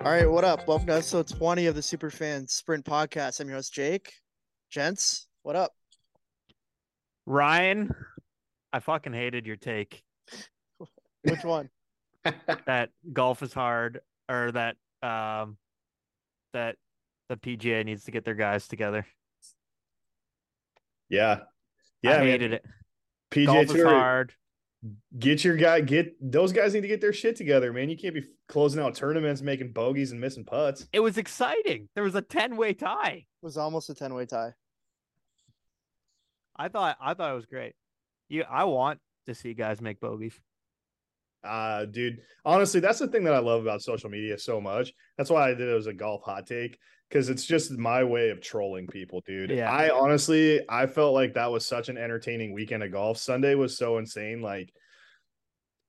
All right, what up? Welcome to episode 20 of the Superfan Sprint Podcast. I'm your host, Jake. Gents, what up? Ryan, I fucking hated your take Which one? that golf is hard or that um that the PGA needs to get their guys together. Yeah. Yeah. I I mean, hated it. PJ Golf is Tour, hard. get your guy, get those guys need to get their shit together, man. You can't be closing out tournaments, making bogeys and missing putts. It was exciting. There was a 10-way tie. It was almost a 10 way tie. I thought I thought it was great. You I want to see guys make bogeys. Uh, dude, honestly, that's the thing that I love about social media so much. That's why I did it as a golf hot take because it's just my way of trolling people, dude. Yeah. I honestly, I felt like that was such an entertaining weekend of golf. Sunday was so insane. Like,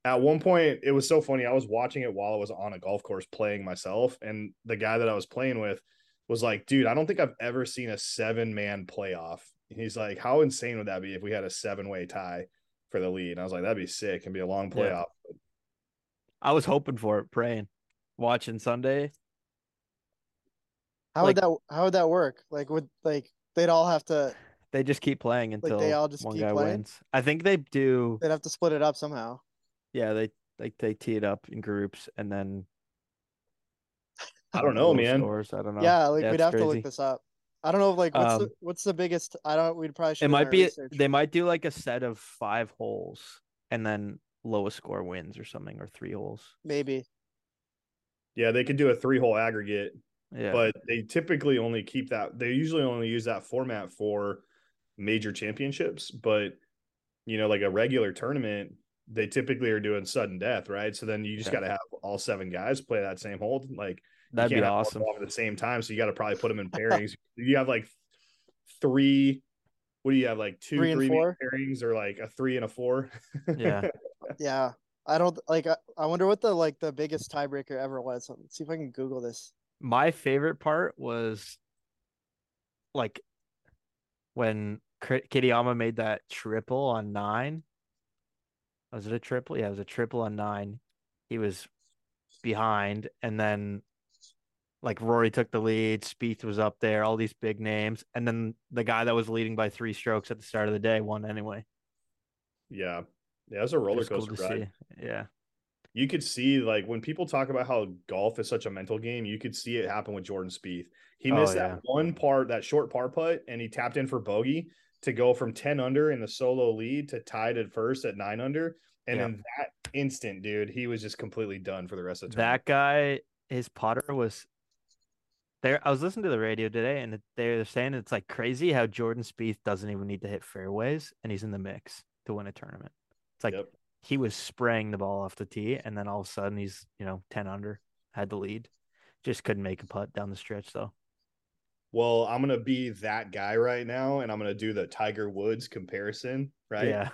at one point, it was so funny. I was watching it while I was on a golf course playing myself, and the guy that I was playing with was like, dude, I don't think I've ever seen a seven man playoff. And He's like, how insane would that be if we had a seven way tie for the lead? And I was like, that'd be sick and be a long Yeah. playoff. I was hoping for it, praying. Watching Sunday. How Like- would that how would that work? Like would like they'd all have to They just keep playing they until all just one keep guy playing? wins. I think they do they'd have to split it up somehow. yeah, they like they tee it up in groups and then I don't know, low man. Scores. I don't know. yeah, like we'd it's have to crazy. look this up. I don't know like what's the Um, what's the biggest I don't we'd probably should have done It might our be research. they might do like a set of five holes and then lowest score wins or something or three holes. maybe. Yeah, they could do a three hole aggregate, Yeah. but they typically only keep that. They usually only use that format for major championships, but you know, like a regular tournament, they typically are doing sudden death, right? So then you just Yeah. got to have all seven guys play that same hole. Like you That'd be can't have all awesome. of them at the same time, so you got to probably put them in pairings. you have like three. What do you have? Like two, Three and three-man four? pairings, or like a three and a four. Yeah. Yeah. I don't like I, I wonder what the like the biggest tiebreaker ever was. Let's see if I can Google this. My favorite part was like when Kri- Kitayama made that triple on nine. Was it a triple? Yeah, it was a triple on nine. He was behind, and then like Rory took the lead. Spieth was up there. All these big names, and then the guy that was leading by three strokes at the start of the day won anyway. yeah, yeah, it's a It roller was cool coaster to ride. see. Yeah, you could see like when people talk about how golf is such a mental game, you could see it happen with Jordan Spieth. He Oh, missed yeah. that one part, that short par putt, and he tapped in for bogey to go from 10 under in the solo lead to tied at first at nine under. And Yeah. in that instant, dude, he was just completely done for the rest of the that tournament. guy, his putter was there. I was listening to the radio today, and they're saying it's like crazy how Jordan Spieth doesn't even need to hit fairways, and he's in the mix to win a tournament. It's like Yep. he was spraying the ball off the tee, and then all of a sudden he's you know ten under, had the lead, just couldn't make a putt down the stretch though. Well, I'm gonna be that guy right now, and I'm gonna do the Tiger Woods comparison, right? Yeah,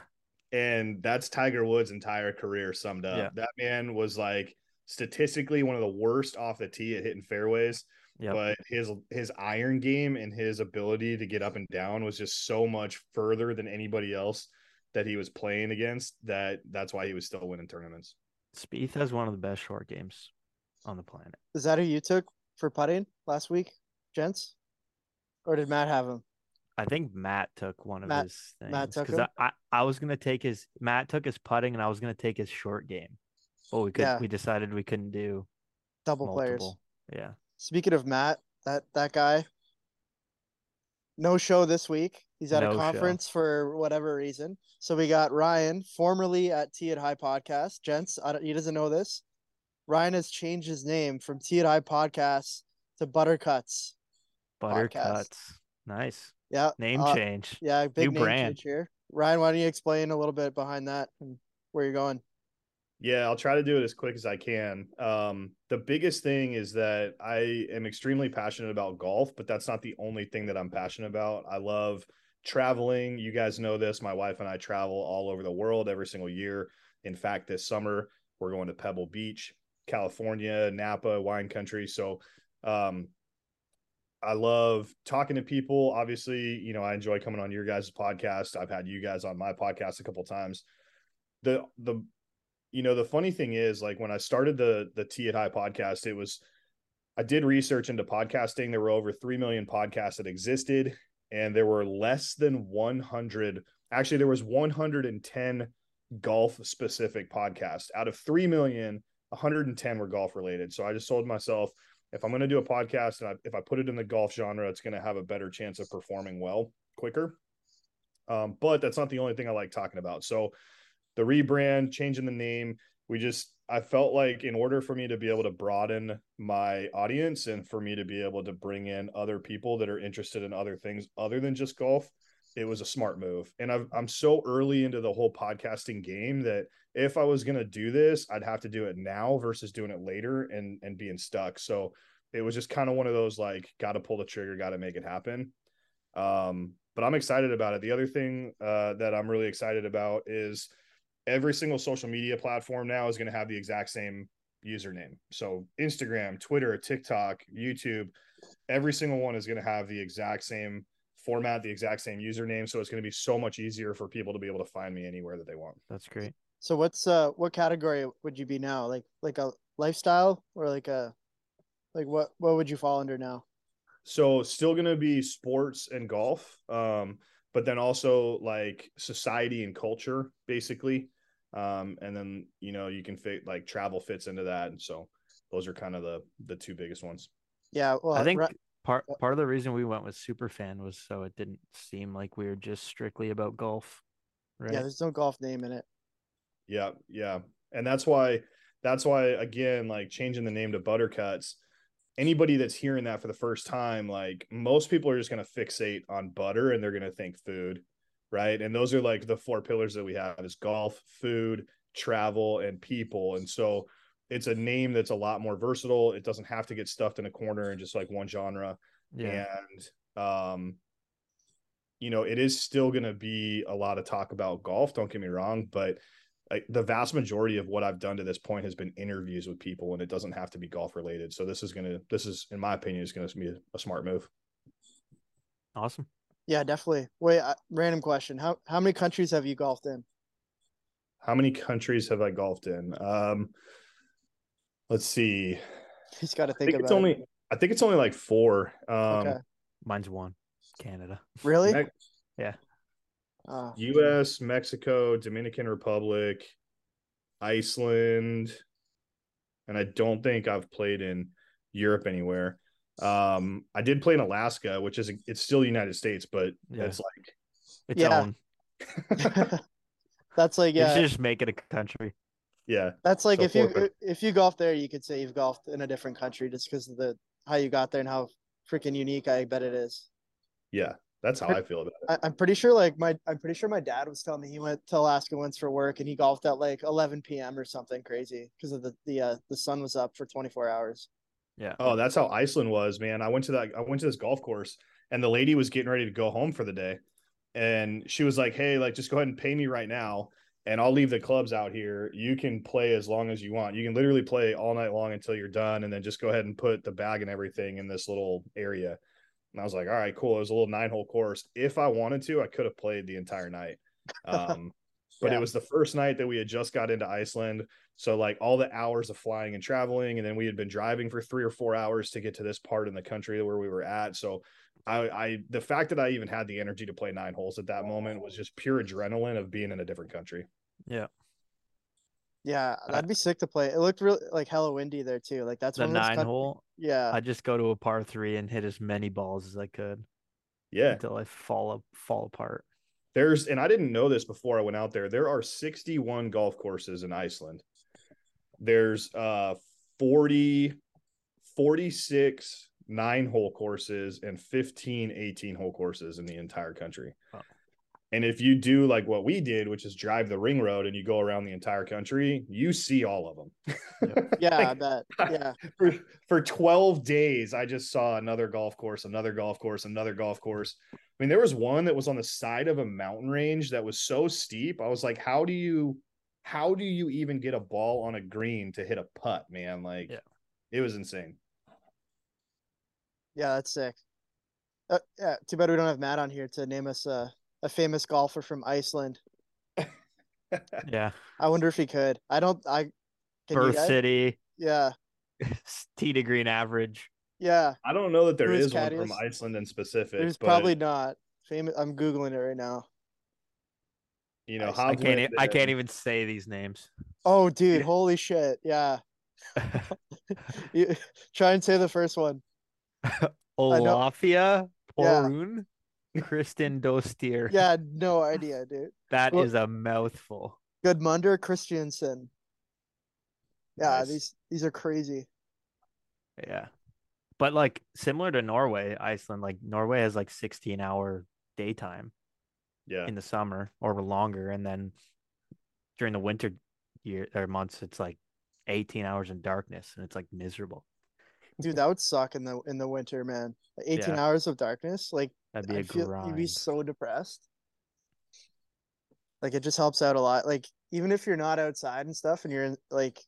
and that's Tiger Woods' entire career summed up. Yeah. That man was like statistically one of the worst off the tee at hitting fairways, Yep. but his his iron game and his ability to get up and down was just so much further than anybody else that he was playing against that that's why he was still winning tournaments. Spieth has one of the best short games on the planet. Is that who you took for putting last week, gents? Or did Matt have him? I think Matt took one of Matt- his things. Matt took 'cause him? I, I, I was gonna take his Matt took his putting and I was gonna take his short game. But we could Yeah. we decided we couldn't do Double players. multiple. Yeah. Speaking of Matt, that that guy, no show this week. He's at No a show. conference for whatever reason. So we got Ryan, formerly at T at High Podcast. Gents, I don't, he doesn't know this. Ryan has changed his name from T at High Podcast to Buttercuts. Podcast. Buttercuts. Nice. Yeah, Name uh, change. yeah, big New name brand. change here. Ryan, why don't you explain a little bit behind that and where you're going? Yeah, I'll try to do it as quick as I can. Um, the biggest thing is that I am extremely passionate about golf, but that's not the only thing that I'm passionate about. I love traveling. You guys know this. My wife and I travel all over the world every single year. In fact, this summer we're going to Pebble Beach, California, Napa, wine country. So, um, I love talking to people. Obviously, you know, I enjoy coming on your guys' podcast. I've had you guys on my podcast a couple times. The the you know the funny thing is like when i started the the tea at high podcast it was I did research into podcasting. There were over 3 million podcasts that existed, and there were less than 100. Actually, there was 110 golf specific podcasts. Out of 3 million, 110 were golf related. So I just told myself if I'm going to do a podcast and I, if I put it in the golf genre, it's going to have a better chance of performing well quicker. Um, but that's not the only thing I like talking about. So the rebrand, changing the name, we just I felt like in order for me to be able to broaden my audience and for me to be able to bring in other people that are interested in other things other than just golf, it was a smart move. And I've, I'm so early into the whole podcasting game that if I was going to do this, I'd have to do it now versus doing it later and and being stuck. So it was just kind of one of those like got to pull the trigger, got to make it happen. Um, but I'm excited about it. The other thing uh, that I'm really excited about is every single social media platform now is going to have the exact same username. So Instagram, Twitter, TikTok, YouTube, every single one is going to have the exact same format, the exact same username. So it's going to be so much easier for people to be able to find me anywhere that they want. That's great. So what's uh what category would you be now? Like like a lifestyle or like a like what what would you fall under now? So still going to be sports and golf. Um but then also like society and culture basically um, and then you know you can fit like travel fits into that and so those are kind of the the two biggest ones yeah well I think Ri- part part of the reason we went with superfan was so it didn't seem like we were just strictly about golf, right? yeah there's no golf name in it yeah yeah and that's why that's why again like changing the name to buttercuts anybody that's hearing that for the first time, like most people are just going to fixate on butter and they're going to think food, right? And those are like the four pillars that we have is golf, food, travel, and people. And so it's a name that's a lot more versatile. It doesn't have to get stuffed in a corner and just like one genre. yeah. And um you know, it is still going to be a lot of talk about golf, don't get me wrong, but like the vast majority of what I've done to this point has been interviews with people, and it doesn't have to be golf related. So this is gonna, this is, in my opinion, is gonna be a, a smart move. Awesome. yeah definitely wait I, random question how how many countries have you golfed in How many countries have I golfed in? Um, let's see. he's got to I think, think about it's it. only, I think it's only like four. Um, okay Mine's one. Canada. really Mex- uh, U.S., Mexico, Dominican Republic, Iceland, and I don't think I've played in Europe anywhere. Um, I did play in Alaska, which is it's still the United States, but Yeah. it's Its Yeah. own. like, that's like You should yeah just make it a country. yeah, that's like so if you forfeit. if you golf there you could say you've golfed in a different country just because of the how you got there and how freaking unique i bet it is yeah, that's how I feel about it. I, I'm pretty sure like my I'm pretty sure my dad was telling me he went to Alaska once for work and he golfed at like 11 p.m. or something crazy because of the the uh, the sun was up for 24 hours. Oh, that's how Iceland was, man. I went to that, I went to this golf course, and the lady was getting ready to go home for the day, and she was like, "Hey, like just go ahead and pay me right now." And I'll leave the clubs out here. You can play as long as you want. You can literally play all night long until you're done, and then just go ahead and put the bag and everything in this little area. And I was like, all right, cool. It was a little nine hole course. If I wanted to, I could have played the entire night. Um, but Yeah. it was the first night that we had just got into Iceland. So, like, all the hours of flying and traveling. And then we had been driving for three or four hours to get to this part in the country where we were at. So, I, I, the fact that I even had the energy to play nine holes at that moment was just pure adrenaline of being in a different country. Yeah. Yeah, that'd be sick to play. It looked real like hella windy there too. Like that's The one of those nine coun- hole. Yeah, I just go to a par three and hit as many balls as I could Yeah. until I fall up, fall apart. There's, and I didn't know this before I went out there. There are 61 golf courses in Iceland. There's uh 40, 46 nine hole courses and 15, 18 hole courses in the entire country. Wow. And if you do like what we did, which is drive the ring road and you go around the entire country, you see all of them. yeah, I bet. Yeah, for, for 12 days i just saw another golf course another golf course another golf course i mean there was one that was on the side of a mountain range that was so steep i was like how do you how do you even get a ball on a green to hit a putt man like Yeah. it was insane yeah, that's sick. Uh, yeah, too bad we don't have Matt on here to name us uh, a famous golfer from Iceland. Yeah. I wonder if he could. I don't. I can you Birth guys- City. Yeah, tee to green average. Yeah, I don't know that there Who's is one from Cadius? Iceland in specific. there's but, probably not. Famous. I'm googling it right now. you know, I Hovland can't. e- I there. can't even say these names. Oh, dude, Yeah. holy shit! Yeah, You- try and say the first one. Olafia Yeah. Porun, Kristen Dostier. Yeah, no idea, dude. that well- is a mouthful. Goodmunder Christiansen. Yeah, Nice. these these are crazy. Yeah, but like similar to Norway, Iceland, like Norway has like sixteen hour daytime Yeah. in the summer or longer, and then during the winter year or months, it's like eighteen hours in darkness, and it's like miserable. Dude, that would suck in the in the winter, man. Like, 18 Yeah. hours of darkness, like That'd be a I feel you'd be grind. so depressed. Like it just helps out a lot. Like even if you're not outside and stuff, and you're in, like,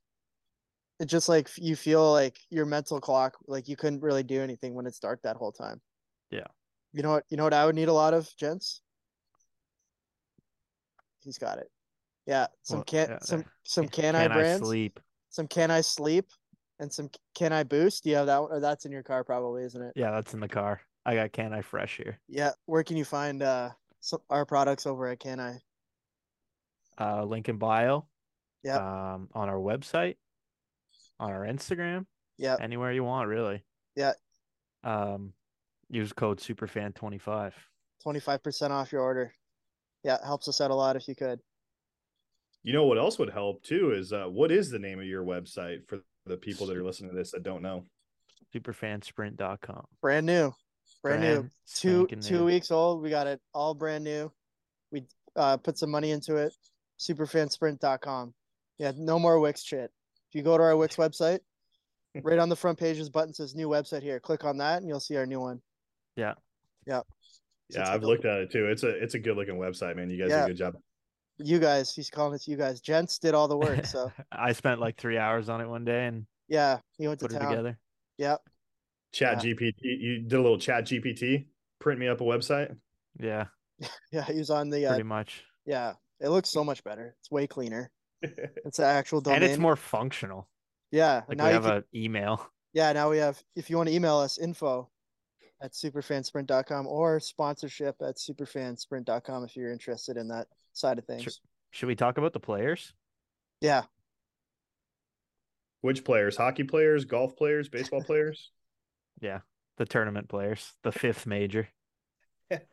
it just like f- you feel like your mental clock, like you couldn't really do anything when it's dark that whole time. Yeah. You know what? You know what I would need a lot of, gents. He's got it. Yeah, some Well, can yeah, some there. some Can can, I brands, sleep? some can I sleep, and some can I boost. Do you have that one? Or that's in your car, probably, isn't it? Yeah, that's in the car. I got can I fresh here. Yeah, where can you find uh some, our products over at Can I? uh, link in bio. Yep. Um, on our website, on our Instagram, Yeah, anywhere you want, really. Yeah. Um, use code superfan25. twenty five percent off your order. Yeah, helps us out a lot if you could. You know what else would help too is uh, what is the name of your website for the people that are listening to this that don't know? Superfansprint.com. Brand new, brand, new, Brand two spanking two new. weeks old. We got it all brand new. We uh, put some money into it. Superfansprint.com. Yeah, no more Wix shit. If you go to our Wix website, right on the front page, this button says "New Website." Here, click on that, and you'll see our new one. Yeah. yeah. So Yeah, check I've out- looked at it too. It's a it's a good looking website, man. You guys do Yeah. a good job. You guys, he's calling us. You guys, gents did all the work. So I spent like three hours on it one day and yeah, he went to put it town. together. Yep. Chat GPT. You did a little Chat GPT. Print me up a website. Yeah, Yeah, he was on the uh, pretty much. yeah. It looks so much better. It's way cleaner. It's an actual domain. And it's more functional. yeah. Like now we you have can, an email. yeah, now we have if you want to email us info at superfansprint.com or sponsorship at superfansprint.com if you're interested in that side of things. Should we talk about the players? Yeah. Which players? Hockey players, golf players, baseball players? The tournament players, the fifth major. It's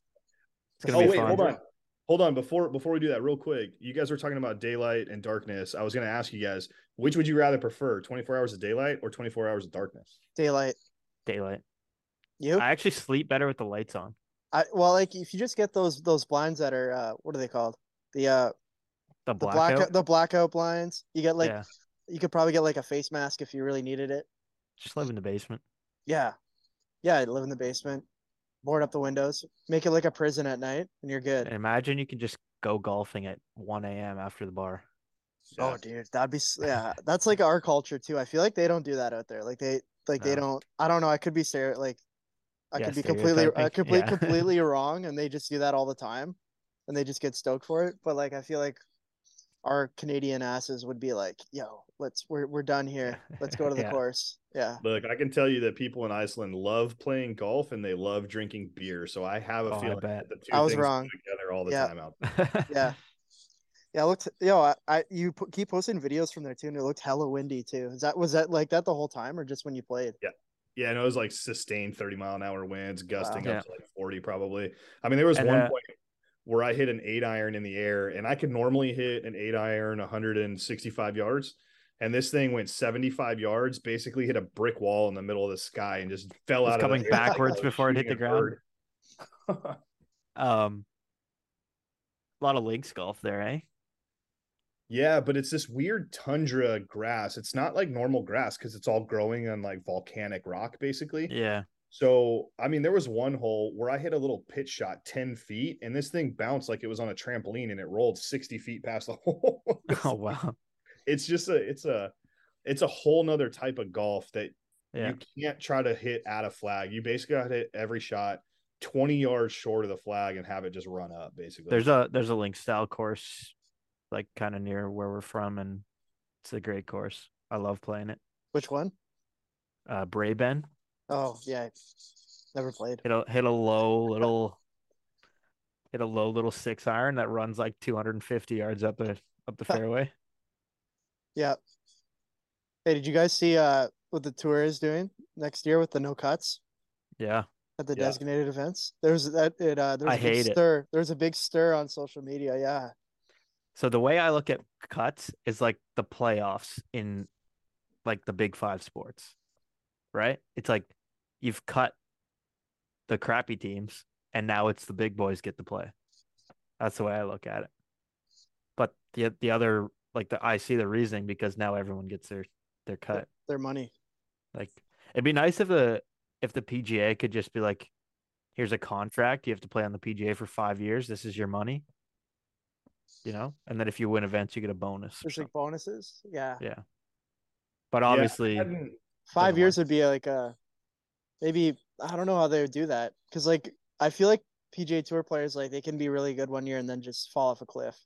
gonna oh be wait, fun. hold on, hold on. Before before we do that, real quick, you guys were talking about daylight and darkness. I was going to ask you guys, which would you rather prefer, twenty four hours of daylight or twenty four hours of darkness? Daylight. Daylight. You? I, I actually sleep better with the lights on. well like if you just get those those blinds that are uh what are they called? The uh The the blackout. blackout, the blackout blinds. You get like yeah. you could probably get like a face mask if you really needed it. Just live in the basement. Yeah. Yeah, I live in the basement. Board up the windows. Make it like a prison at night and you're good. And imagine you can just go golfing at 1 a.m. after the bar. Oh, dude, that'd be s- yeah. That's like our culture too. I feel like they don't do that out there. Like they like they No. don't. I don't know. I could be ser- like I Yeah, could be completely I stereotyping. could be Yeah. completely wrong, and they just do that all the time, and they just get stoked for it. But like I feel like our Canadian asses would be like, "Yo, let's we're we're done here. Let's go to the Yeah. course." Yeah, Look, I can tell you that people in Iceland love playing golf and they love drinking beer. So I have a Oh, I feeling bet. that the two I was things go wrong. together all the Yeah. time out. yeah, yeah. it Looked yo, I, I you po- keep posting videos from there too, and it looked hella windy too. Is that was that like that the whole time, or just when you played? Yeah, and it was like sustained 30 mile an hour winds, gusting Wow. up to like 40 probably. I mean, there was And, one uh, point where I hit an eight iron in the air, and I could normally hit an eight iron 165 yards. And this thing went 75 yards, basically hit a brick wall in the middle of the sky and just fell Was out of the coming air like I backwards was before it hit shooting the a ground? bird. Um, a lot of links golf there, eh? Yeah, but it's this weird tundra grass. It's not like normal grass because it's all growing on like volcanic rock, basically. Yeah. So, I mean, there was one hole where I hit a little pitch shot 10 feet, and this thing bounced like it was on a trampoline and it rolled 60 feet past the hole. It's- Oh wow. It's just a, it's a, it's a whole nother type of golf that Yeah. you can't try to hit at a flag. You basically got to hit every shot 20 yards short of the flag and have it just run up, basically. There's a there's a link style course, like kind of near where we're from, and it's a great course. I love playing it. Which one? Uh, Braben Oh yeah, never played. hit a hit a low little hit a low little six iron that runs like 250 yards up the up the fairway. Yeah. Hey, did you guys see uh what the tour is doing next year with the no cuts Yeah, at the Yeah. designated events? There's that it uh there's I a big hate it. stir. There's a big stir on social media. Yeah. So the way I look at cuts is like the playoffs in like the big five sports, right? It's like you've cut the crappy teams and now it's the big boys get to play. That's the way I look at it. But the the other like the I see the reasoning because now everyone gets their their cut. Their money. Like it'd be nice if the if the PGA could just be like, here's a contract. You have to play on the PGA for five years. This is your money. You know, and then if you win events, you get a bonus. or There's like something. bonuses. Yeah. But Yeah, I obviously, hadn't- Five Doesn't years work. would be like a maybe I don't know how they would do that. Cause like I feel like PJ tour players like they can be really good one year and then just fall off a cliff.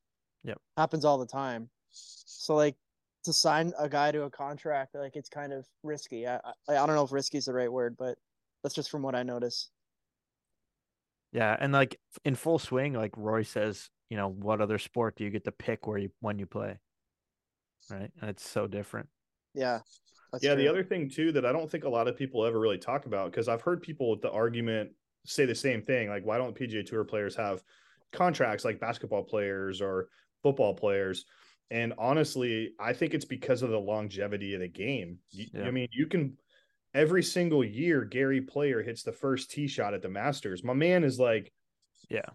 Yep. Happens all the time. So like to sign a guy to a contract, like it's kind of risky. I I, I don't know if risky is the right word, but that's just from what I notice. yeah, and like in full swing, like Roy says, you know, what other sport do you get to pick where you when you play? Right, and it's so different. Yeah. That's yeah, the true. other thing too that I don't think a lot of people ever really talk about because I've heard people with the argument say the same thing, like why don't PGA Tour players have contracts like basketball players or football players? And honestly, I think it's because of the longevity of the game. You- Yeah. I mean, you can every single year Gary Player hits the first tee shot at the Masters. My man is like Yeah.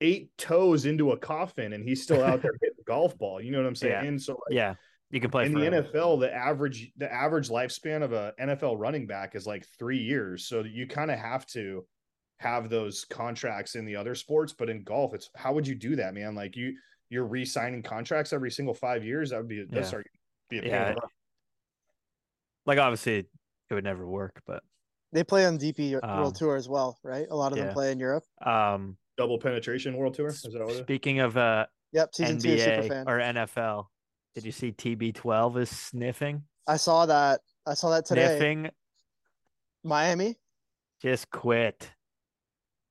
eight toes into a coffin and he's still out there hitting golf ball. You know what I'm saying? So like, Yeah, you can play in forever. the NFL, the average the average lifespan of a NFL running back is like three years. So you kind of have to have those contracts in the other sports, but in golf, it's how would you do that, man? Like you you're re-signing contracts every single five years. That would be that's Yeah. already be a pain. Yeah, in the butt. like obviously it would never work, but they play on DP Um, World Tour as well, right? A lot of yeah. them play in Europe. um, double penetration world tour. Is that what it is? speaking of uh Yep, season two super NBA fan. or NFL. Did you see TB12 is sniffing? I saw that. I saw that today. Sniffing. Miami. Just quit.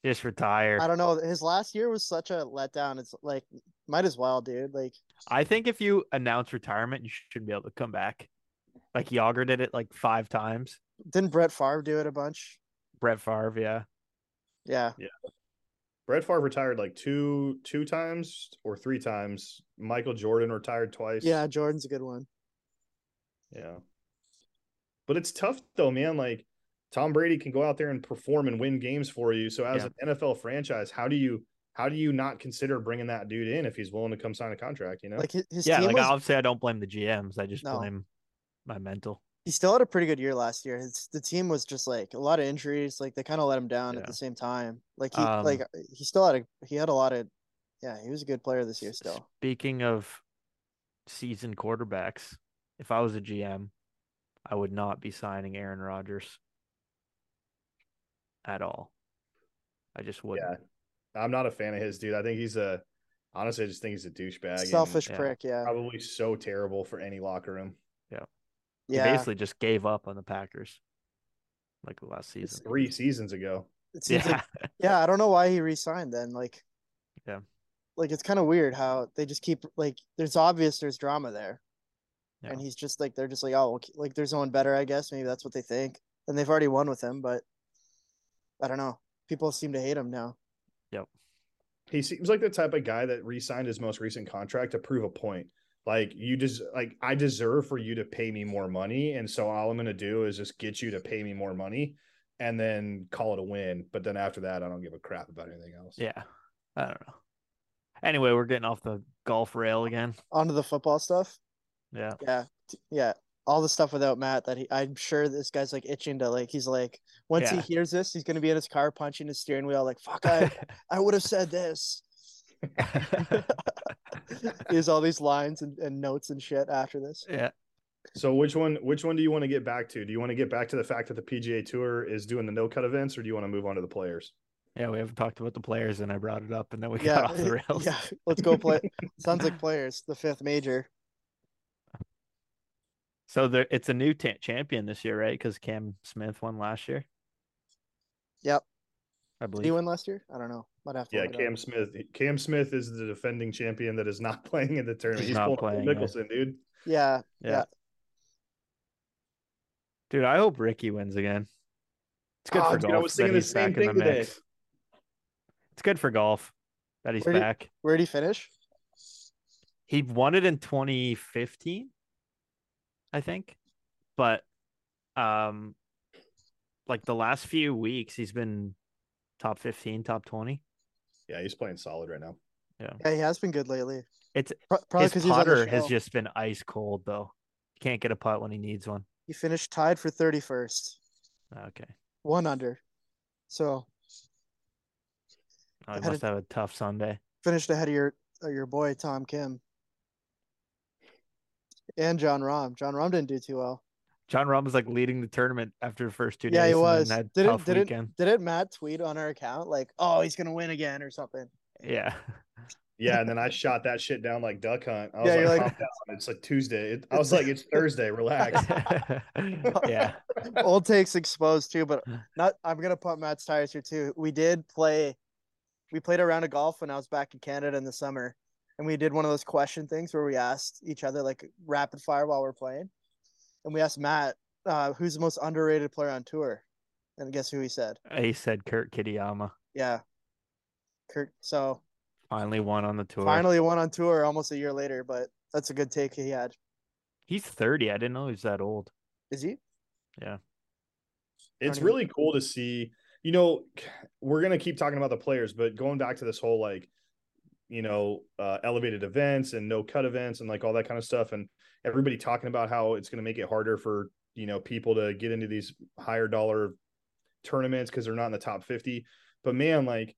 Just retire. I I, don't know. His last year was such a letdown. It's like might as well, dude. Like think if you announce retirement, you should be able to come back. Like Yager did it like five times. didn't Brett Favre do it a bunch? Brett Favre, yeah. Yeah. Brett Favre retired like two two times or three times. Michael Jordan retired twice. Yeah, Jordan's a good one. Yeah. But it's tough though, man. Like Tom Brady can go out there and perform and win games for you. So as Yeah. an NFL franchise, how do you how do you not consider bringing that dude in if he's willing to come sign a contract? You know, Like his, his yeah, team like was, obviously I don't blame the GMs. I just No. blame my mental. he still had a pretty good year last year. His the team was just like a lot of injuries, like they kind of let him down Yeah. at the same time. Like he Um, like he still had a he had a lot of yeah, he was a good player this year S- still. Speaking of seasoned quarterbacks, if I was a GM, I would not be signing Aaron Rodgers at all. I just wouldn't. yeah, I'm not a fan of his, dude. I think he's a honestly, I just think he's a douchebag. and Selfish yeah. prick, yeah. Probably so terrible for any locker room. He Yeah. basically just gave up on the Packers like last season. Three seasons ago, It seems Yeah. like yeah, I don't know why he re-signed then. Like Yeah. Like it's kind of weird how they just keep like there's obvious there's drama there. And Yeah. he's just like they're just like, oh well, ke- like there's no one better, I guess. Maybe that's what they think. And they've already won with him, but I don't know. People seem to hate him now. he seems like the type of guy that re-signed his most recent contract to prove a point. Like you just like I deserve for you to pay me more money, and so all I'm gonna do is just get you to pay me more money, and then call it a win. But then after that, I don't give a crap about anything else. Yeah. I don't know. Anyway, we're getting off the golf rail again. Onto the football stuff. Yeah. Yeah. t- Yeah. All the stuff without Matt that he I'm sure this guy's like itching to like he's like once Yeah. he hears this, he's gonna be in his car punching his steering wheel, like, fuck I I would have said this. Is all these lines and, and notes and shit after this. yeah. So which one which one do you want to get back to? Do you want to get back to the fact that the PGA Tour is doing the no cut events, or do you want to move on to the players? Yeah. We haven't talked about the players and I brought it up and then we yeah, got off the rails. yeah. Let's go play. Sounds like players. The fifth major. So there, it's a new ta- champion this year, right? Because Cam Smith won last year. Yep. I Did he believe. win last year? I don't know. Might have to. Yeah, look it up. Cam Smith. Cam Smith is the defending champion that is not playing in the tournament. He's He's not pulling Phil playing, yeah. Mickelson, dude. Yeah, Yeah. yeah. Dude, I hope Ricky wins again. It's good Ah, for dude, I golf. was that thinking the he's same back in the thing today. mix. It's good for golf that he's Where did- back. Where did he finish? He won it in 2015, I think. But um like the last few weeks he's been top 15, top 20. Yeah, he's playing solid right now. Yeah, he has been good lately. It's- Pro- probably His because he's on putter the has show. just been ice cold though. He can't get a putt when he needs one. He finished tied for thirty first, Okay. one under. So I How did- must have a tough Sunday. finished ahead of your uh, your boy Tom Kim and John Rom. John Rom didn't do too well. John Rahm was like leading the tournament after the first two days. yeah, he and then was. That Didn't tough didn't weekend. didn't Matt tweet on our account like, "Oh, he's gonna win again" or something? Yeah. Yeah, and then I shot that shit down like duck hunt. I was Yeah, like, you're like- "Calm down, it's like Tuesday. It- I was like, it's Thursday. Relax. yeah. Old takes exposed too, but not. I'm gonna pump Matt's tires here too. We did play, we played a round of golf when I was back in Canada in the summer, and we did one of those question things where we asked each other like rapid fire while we're playing, and we asked Matt uh, who's the most underrated player on tour, and guess who he said? He said Kurt Kitayama Yeah, Kurt. So finally won on the tour. finally won on tour almost a year later, but that's a good take he had. He's 30. I didn't know he was that old. Is he? It's Arnie. really cool to see. You know, we're gonna keep talking about the players, but going back to this whole like, you know, uh, elevated events and no cut events and like all that kind of stuff, and everybody talking about how it's gonna make it harder for you know people to get into these higher dollar tournaments because they're not in the top fifty. But man, like,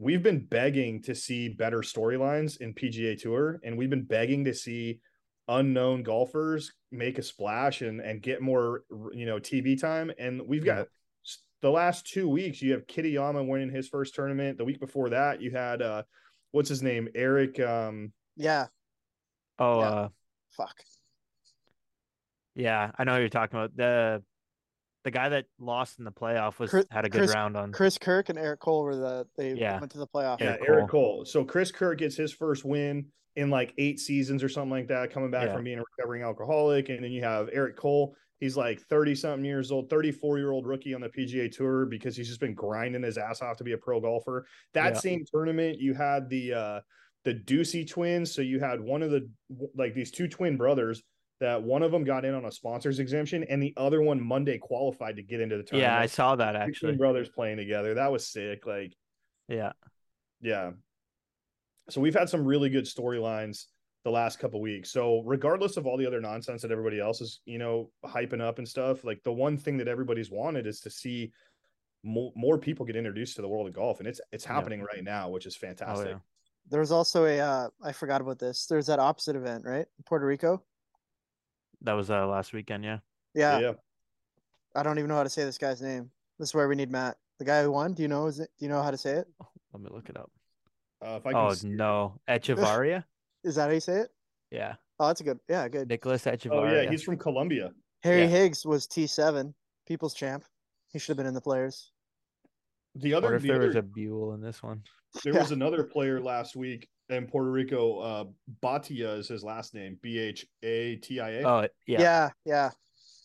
we've been begging to see better storylines in PGA Tour, and we've been begging to see unknown golfers make a splash and and get more you know TV time. And we've Yeah. got s- the last two weeks. You have Kitayama winning his first tournament. The week before that, you had uh, what's his name, Eric. Um, Yeah. Oh, Yeah. yeah. Uh, Fuck. yeah. I know who you're talking about. The the guy that lost in the playoff was Chris- had a good Chris- round on. Chris Kirk and Eric Cole were the they Mm. Yeah. went to the playoff. yeah, Eric Eric Cole. So Chris Kerr gets his first win in like eight seasons or something like that, coming back Yeah. from being a recovering alcoholic. And then you have Eric Cole. He's like 30 something years old, 34 year old rookie on the PGA Tour because he's just been grinding his ass off to be a pro golfer. That Yeah. same tournament, you had the uh the Ducey twins. So you had one of the like these two twin brothers that one of them got in on a sponsors exemption and the other one Monday qualified to get into the tournament. yeah, I saw that Two twin actually. brothers playing together. That was sick. Like Yeah. yeah. So we've had some really good storylines the last couple weeks. So regardless of all the other nonsense that everybody else is, you know, hyping up and stuff, like the one thing that everybody's wanted is to see more, more people get introduced to the world of golf, and it's it's Yeah. happening right now, which is Oh, fantastic. yeah. There was also a uh, I forgot about this. There's that opposite event, right? In Puerto Rico. That was uh, last weekend. Yeah. Yeah, Yeah, yeah. I don't even know how to say this guy's name. This is where we need Matt. The guy who won. Do you know? Is it, do you know how to say it? Let me look it up. Uh, if I can Oh, see- no. Echevarria? Is that how you say it? yeah. Oh, that's a good. Yeah, good. Nicholas Echevarria. oh yeah, he's from Colombia. Harry yeah. Higgs was T seven, people's champ. He should have been in the players. The I wonder other, if the there was other- a Buell in this one. there was another player last week in Puerto Rico. Uh, Batia is his last name, B H A T I A. Oh, yeah. yeah, yeah.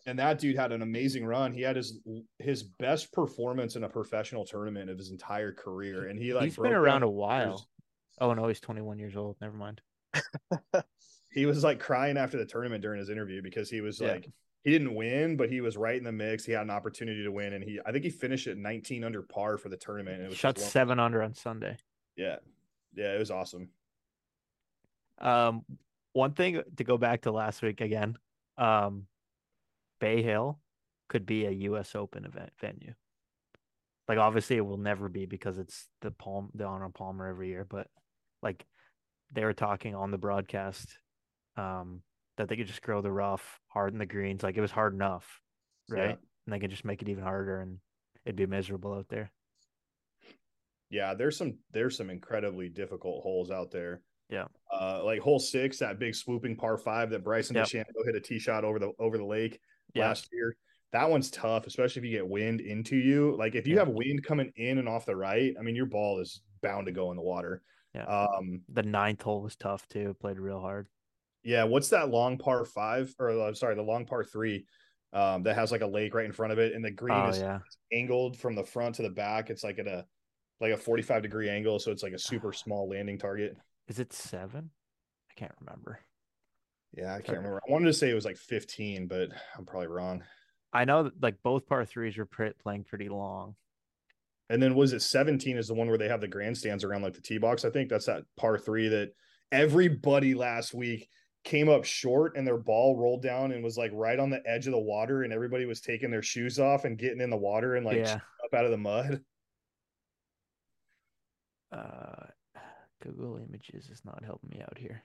and that dude had an amazing run. He had his his best performance in a professional tournament of his entire career, and he like he's broke been down- around a while. Oh, no. He's 21 years old. Never mind. He was like crying after the tournament during his interview because he was Yeah. like he didn't win, but he was right in the mix. He had an opportunity to win, and he I think he finished at 19 under par for the tournament. and It was Shot just one- seven under on Sunday. Yeah, yeah, it was awesome. Um, one thing to go back to last week again, um, Bay Hill could be a U.S. Open event venue. Like obviously it will never be because it's the Palm the Honor Palmer every year, but like they were talking on the broadcast, um, that they could just grow the rough, harden the greens. Like it was hard enough, Yeah. right? And they could just make it even harder, and it'd be miserable out there. Yeah, there's some there's some incredibly difficult holes out there. Yeah. Uh, like hole six, that big swooping par five that Bryson Yep. DeChambeau hit a tee shot over the over the lake Yeah. last year. That one's tough, especially if you get wind into you. Like if you Yeah. have wind coming in and off the right, I mean your ball is bound to go in the water. Yeah. Um, The ninth hole was tough too. Played real hard. yeah, what's that long par five or I'm sorry, the long par three um, that has like a lake right in front of it, and the green Oh is yeah, angled from the front to the back. It's like at a like a 45 degree angle, so it's like a super small landing target. is it seven? I can't remember. Yeah, I Fair. can't remember. I wanted to say it was like 15, but I'm probably wrong. I know that, like both par threes were pre- playing pretty long. And then was it 17 is the one where they have the grandstands around like the tee box? I think that's that par three that everybody last week came up short and their ball rolled down and was like right on the edge of the water and everybody was taking their shoes off and getting in the water and like yeah. up out of the mud. Uh, Google Images is not helping me out here.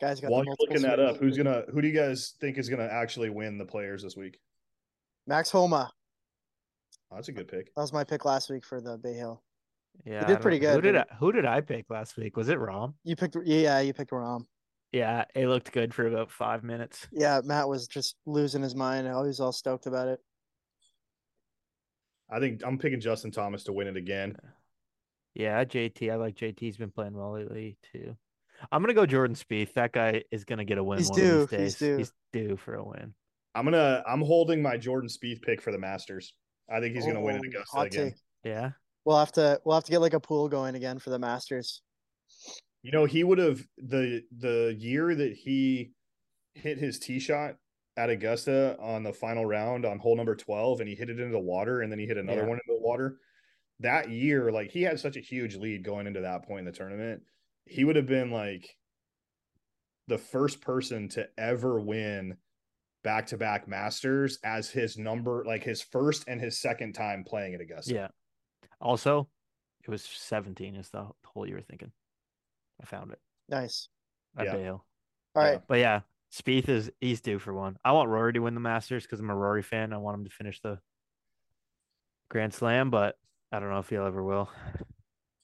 Guys got While the you're multiple looking that swings. up, who's gonna who do you guys think is gonna actually win the players this week? Max Homa. Oh, that's a good pick. That was my pick last week for the Bay Hill. Yeah, I did don't- pretty Who good, did I, didn't who did I pick last week? Was it Rom? You picked yeah, you picked Rom. Yeah, it looked good for about five minutes. Yeah, Matt was just losing his mind. Oh, he was all stoked about it. I think I'm picking Justin Thomas to win it again. Yeah, JT. I like JT's been playing well lately too. I'm gonna go Jordan Spieth. That guy is gonna get a win He's one due, of these days. he's due. due for a win. I'm gonna I'm holding my Jordan Spieth pick for the Masters. I think he's gonna win Oh, at Augusta hot again. take. Yeah. We'll have to we'll have to get like a pool going again for the Masters. You know, he would have the the year that he hit his tee shot at Augusta on the final round on hole number 12 and he hit it into the water and then he hit another Yeah. one into the water. That year, like he had such a huge lead going into that point in the tournament. He would have been like the first person to ever win back-to-back masters as his number like his first and his second time playing at Augusta. Yeah. Also, it was 17 is the hole you were thinking. I found it. Nice. At Yeah. Bay Hill. All Yeah. right. But yeah, Spieth is he's due for one. I want Rory to win the Masters because I'm a Rory fan. I want him to finish the Grand Slam, but I don't know if he'll ever will.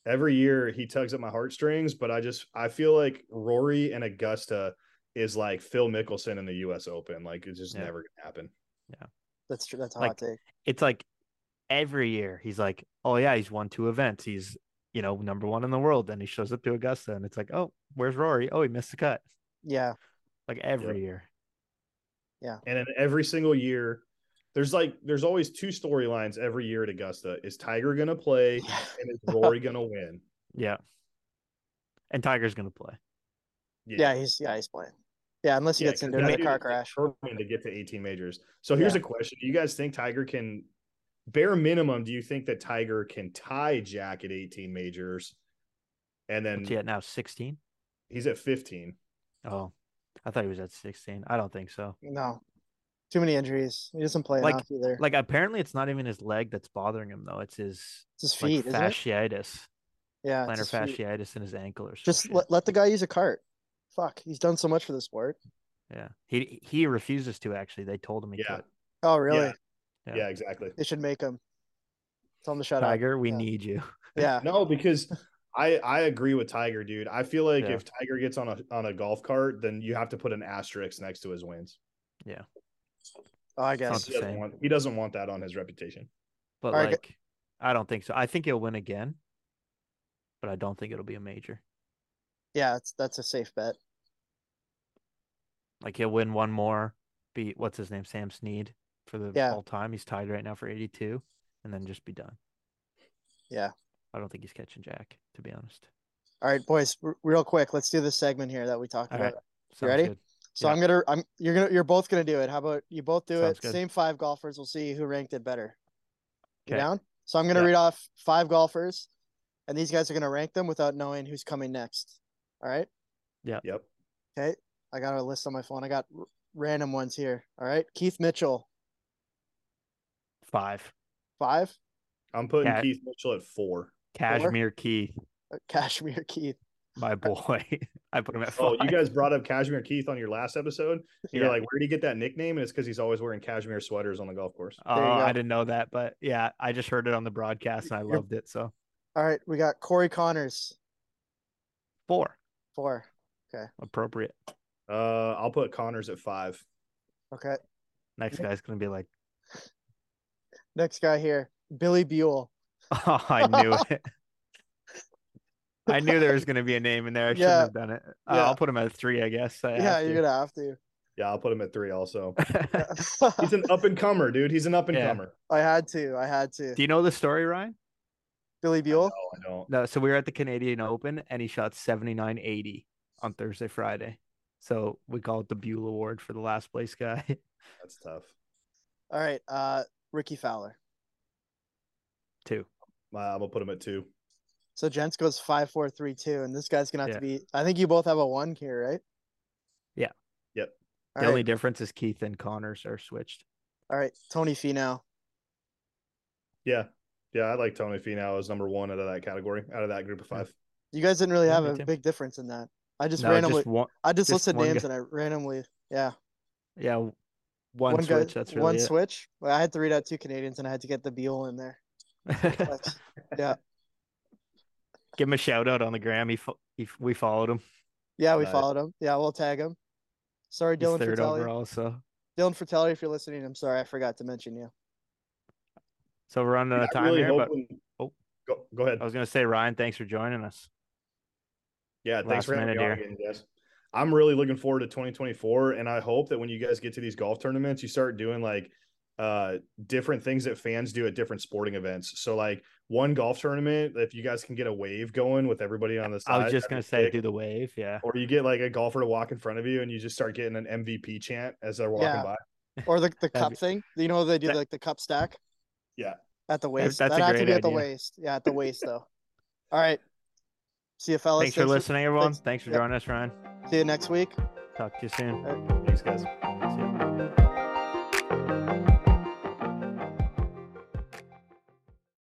every year he tugs at my heartstrings, but I just I feel like Rory and Augusta is like Phil Mickelson in the U.S. Open. Like it's just Yeah. never gonna happen. That's true. That's a Like- hot take. It's like every year he's like, oh yeah, he's won two events. He's you know number one in the world. Then he shows up to Augusta, and it's like, oh, where's Rory? Oh, he missed the cut. Yeah. Like every year. And then every single year, there's like there's always two storylines every year at Augusta. Is Tiger gonna play and is Rory gonna win? Yeah. And Tiger's gonna play. Yeah, he's yeah, he's playing. Yeah, unless he gets 'cause into that a dude big car is crash. determined to get to 18 majors. So here's Yeah. a question: Do you guys think Tiger can, bare minimum, do you think that Tiger can tie Jack at 18 majors, and What's then he at now? 16? he's at 15? Oh, I thought he was at 16. I don't think so. No. Too many injuries. He doesn't play Like- enough either. Like apparently it's not even his leg that's bothering him though. It's his it's his like, feet, isn't it? fasciitis, Yeah. it's plantar his feet. fasciitis in his ankle or Just something. let, let the guy use a cart. Fuck. He's done so much for the sport. yeah. He he refuses to actually. They told him he Yeah. could. Oh really? Yeah. Yeah. yeah, exactly. They should make him. Tell him to shut up. Tiger, we Yeah. need you. Yeah. No, because I I agree with Tiger, dude. I feel like Yeah. if Tiger gets on a on a golf cart, then you have to put an asterisk next to his wins. Oh, I Not guess. the He doesn't same. want, he doesn't want that on his reputation. But All right, like I don't think so. I think he'll win again. But I don't think it'll be a major. Yeah, it's, that's a safe bet. Like he'll win one more, beat what's his name, Sam Snead for the Yeah. all time. He's tied right now for 82, and then just be done. Yeah. I don't think he's catching Jack, to be honest. All right, boys, r- real quick, let's do this segment here that we talked All about. right. Sounds ready? good. So yeah. I'm gonna, I'm, you're gonna, you're both gonna do it. How about you both do Sounds it? good. Same five golfers. We'll see who ranked it better. You Okay. down? So I'm gonna Yeah. read off five golfers, and these guys are gonna rank them without knowing who's coming next. All right. Yep. Okay. I got a list on my phone. I got r- random ones here. All right. Keith Mitchell, Five. five. I'm putting Cat. Keith Mitchell at four. Cashmere Keith, Uh, Kashmir Keith. my boy. I put him at five. Oh, you guys brought up Cashmere Keith on your last episode. You're Yeah. like, where did he get that nickname? And it's because he's always wearing cashmere sweaters on the golf course. Oh, you go. I didn't know that, but yeah, I just heard it on the broadcast and I You're- loved it. So All right, we got Corey Connors Four. four. Appropriate. Uh, I'll put Connors at five. Okay, Next guy's gonna be like, next guy here, Billy Buell. oh, I knew it. I knew there was gonna be a name in there. I shouldn't Yeah. have done it. Uh, Yeah. I'll put him at three, I guess. I yeah, have you're gonna have to. Yeah, I'll put him at three. Also, to. he's an up and comer, dude. He's an up and comer. I had to. I had to. Do you know the story, Ryan? Billy Buell. No, I don't. No, so we were at the Canadian Open and he shot 79 80 on Thursday, Friday. So we call it the Buell Award for the last place guy. That's tough. All right, uh, Ricky Fowler. Two. Uh, I'm gonna put him at two. So Jens goes five, four, three, two, and this guy's gonna have to Yeah. be. I think you both have a one here, right? Yeah. Yep. All the right. only difference is Keith and Connors are switched. All right, Tony Finau. Yeah, yeah. I like Tony Finau as number one out of that category, out of that group of Yeah. five. You guys didn't really Yeah, have me a too. big difference in that. I just No, randomly, just one, I just, just listed one names guy. and I randomly, yeah, yeah, one, switch. that's really one it. switch. Well, I had to read out two Canadians and I had to get the Beal in there. That's- Give him a shout out on the gram. He, fo- he f- we followed him. yeah, we Nice. followed him. Yeah, we'll tag him. Sorry, He's Dylan third Fratelli. overall. So Dylan Fratelli, if you're listening, I'm sorry, I forgot to mention you. so we're running out of I time really here, but hoping- oh. go, go ahead. I was gonna say Ryan, thanks for joining us. Yeah, thanks for last having me on minute again, guys. I'm really looking forward to 2024, and I hope that when you guys get to these golf tournaments, you start doing like uh different things that fans do at different sporting events. So like one golf tournament, if you guys can get a wave going with everybody on the side, I was just that'd gonna be say sick. do the wave. Yeah, or you get like a golfer to walk in front of you, and you just start getting an MVP chant as they're walking Yeah. by. Or the, the That'd cup be- thing. You know they do that- like the cup stack. Yeah. At the waist. that's That a has to great be at the idea. waist. Yeah, at the waist though. All right. See you fellas. thanks for listening, everyone. thanks- Thanks for yeah. joining us, Ryan. See you next week. Talk to you soon. Thanks, guys. See ya.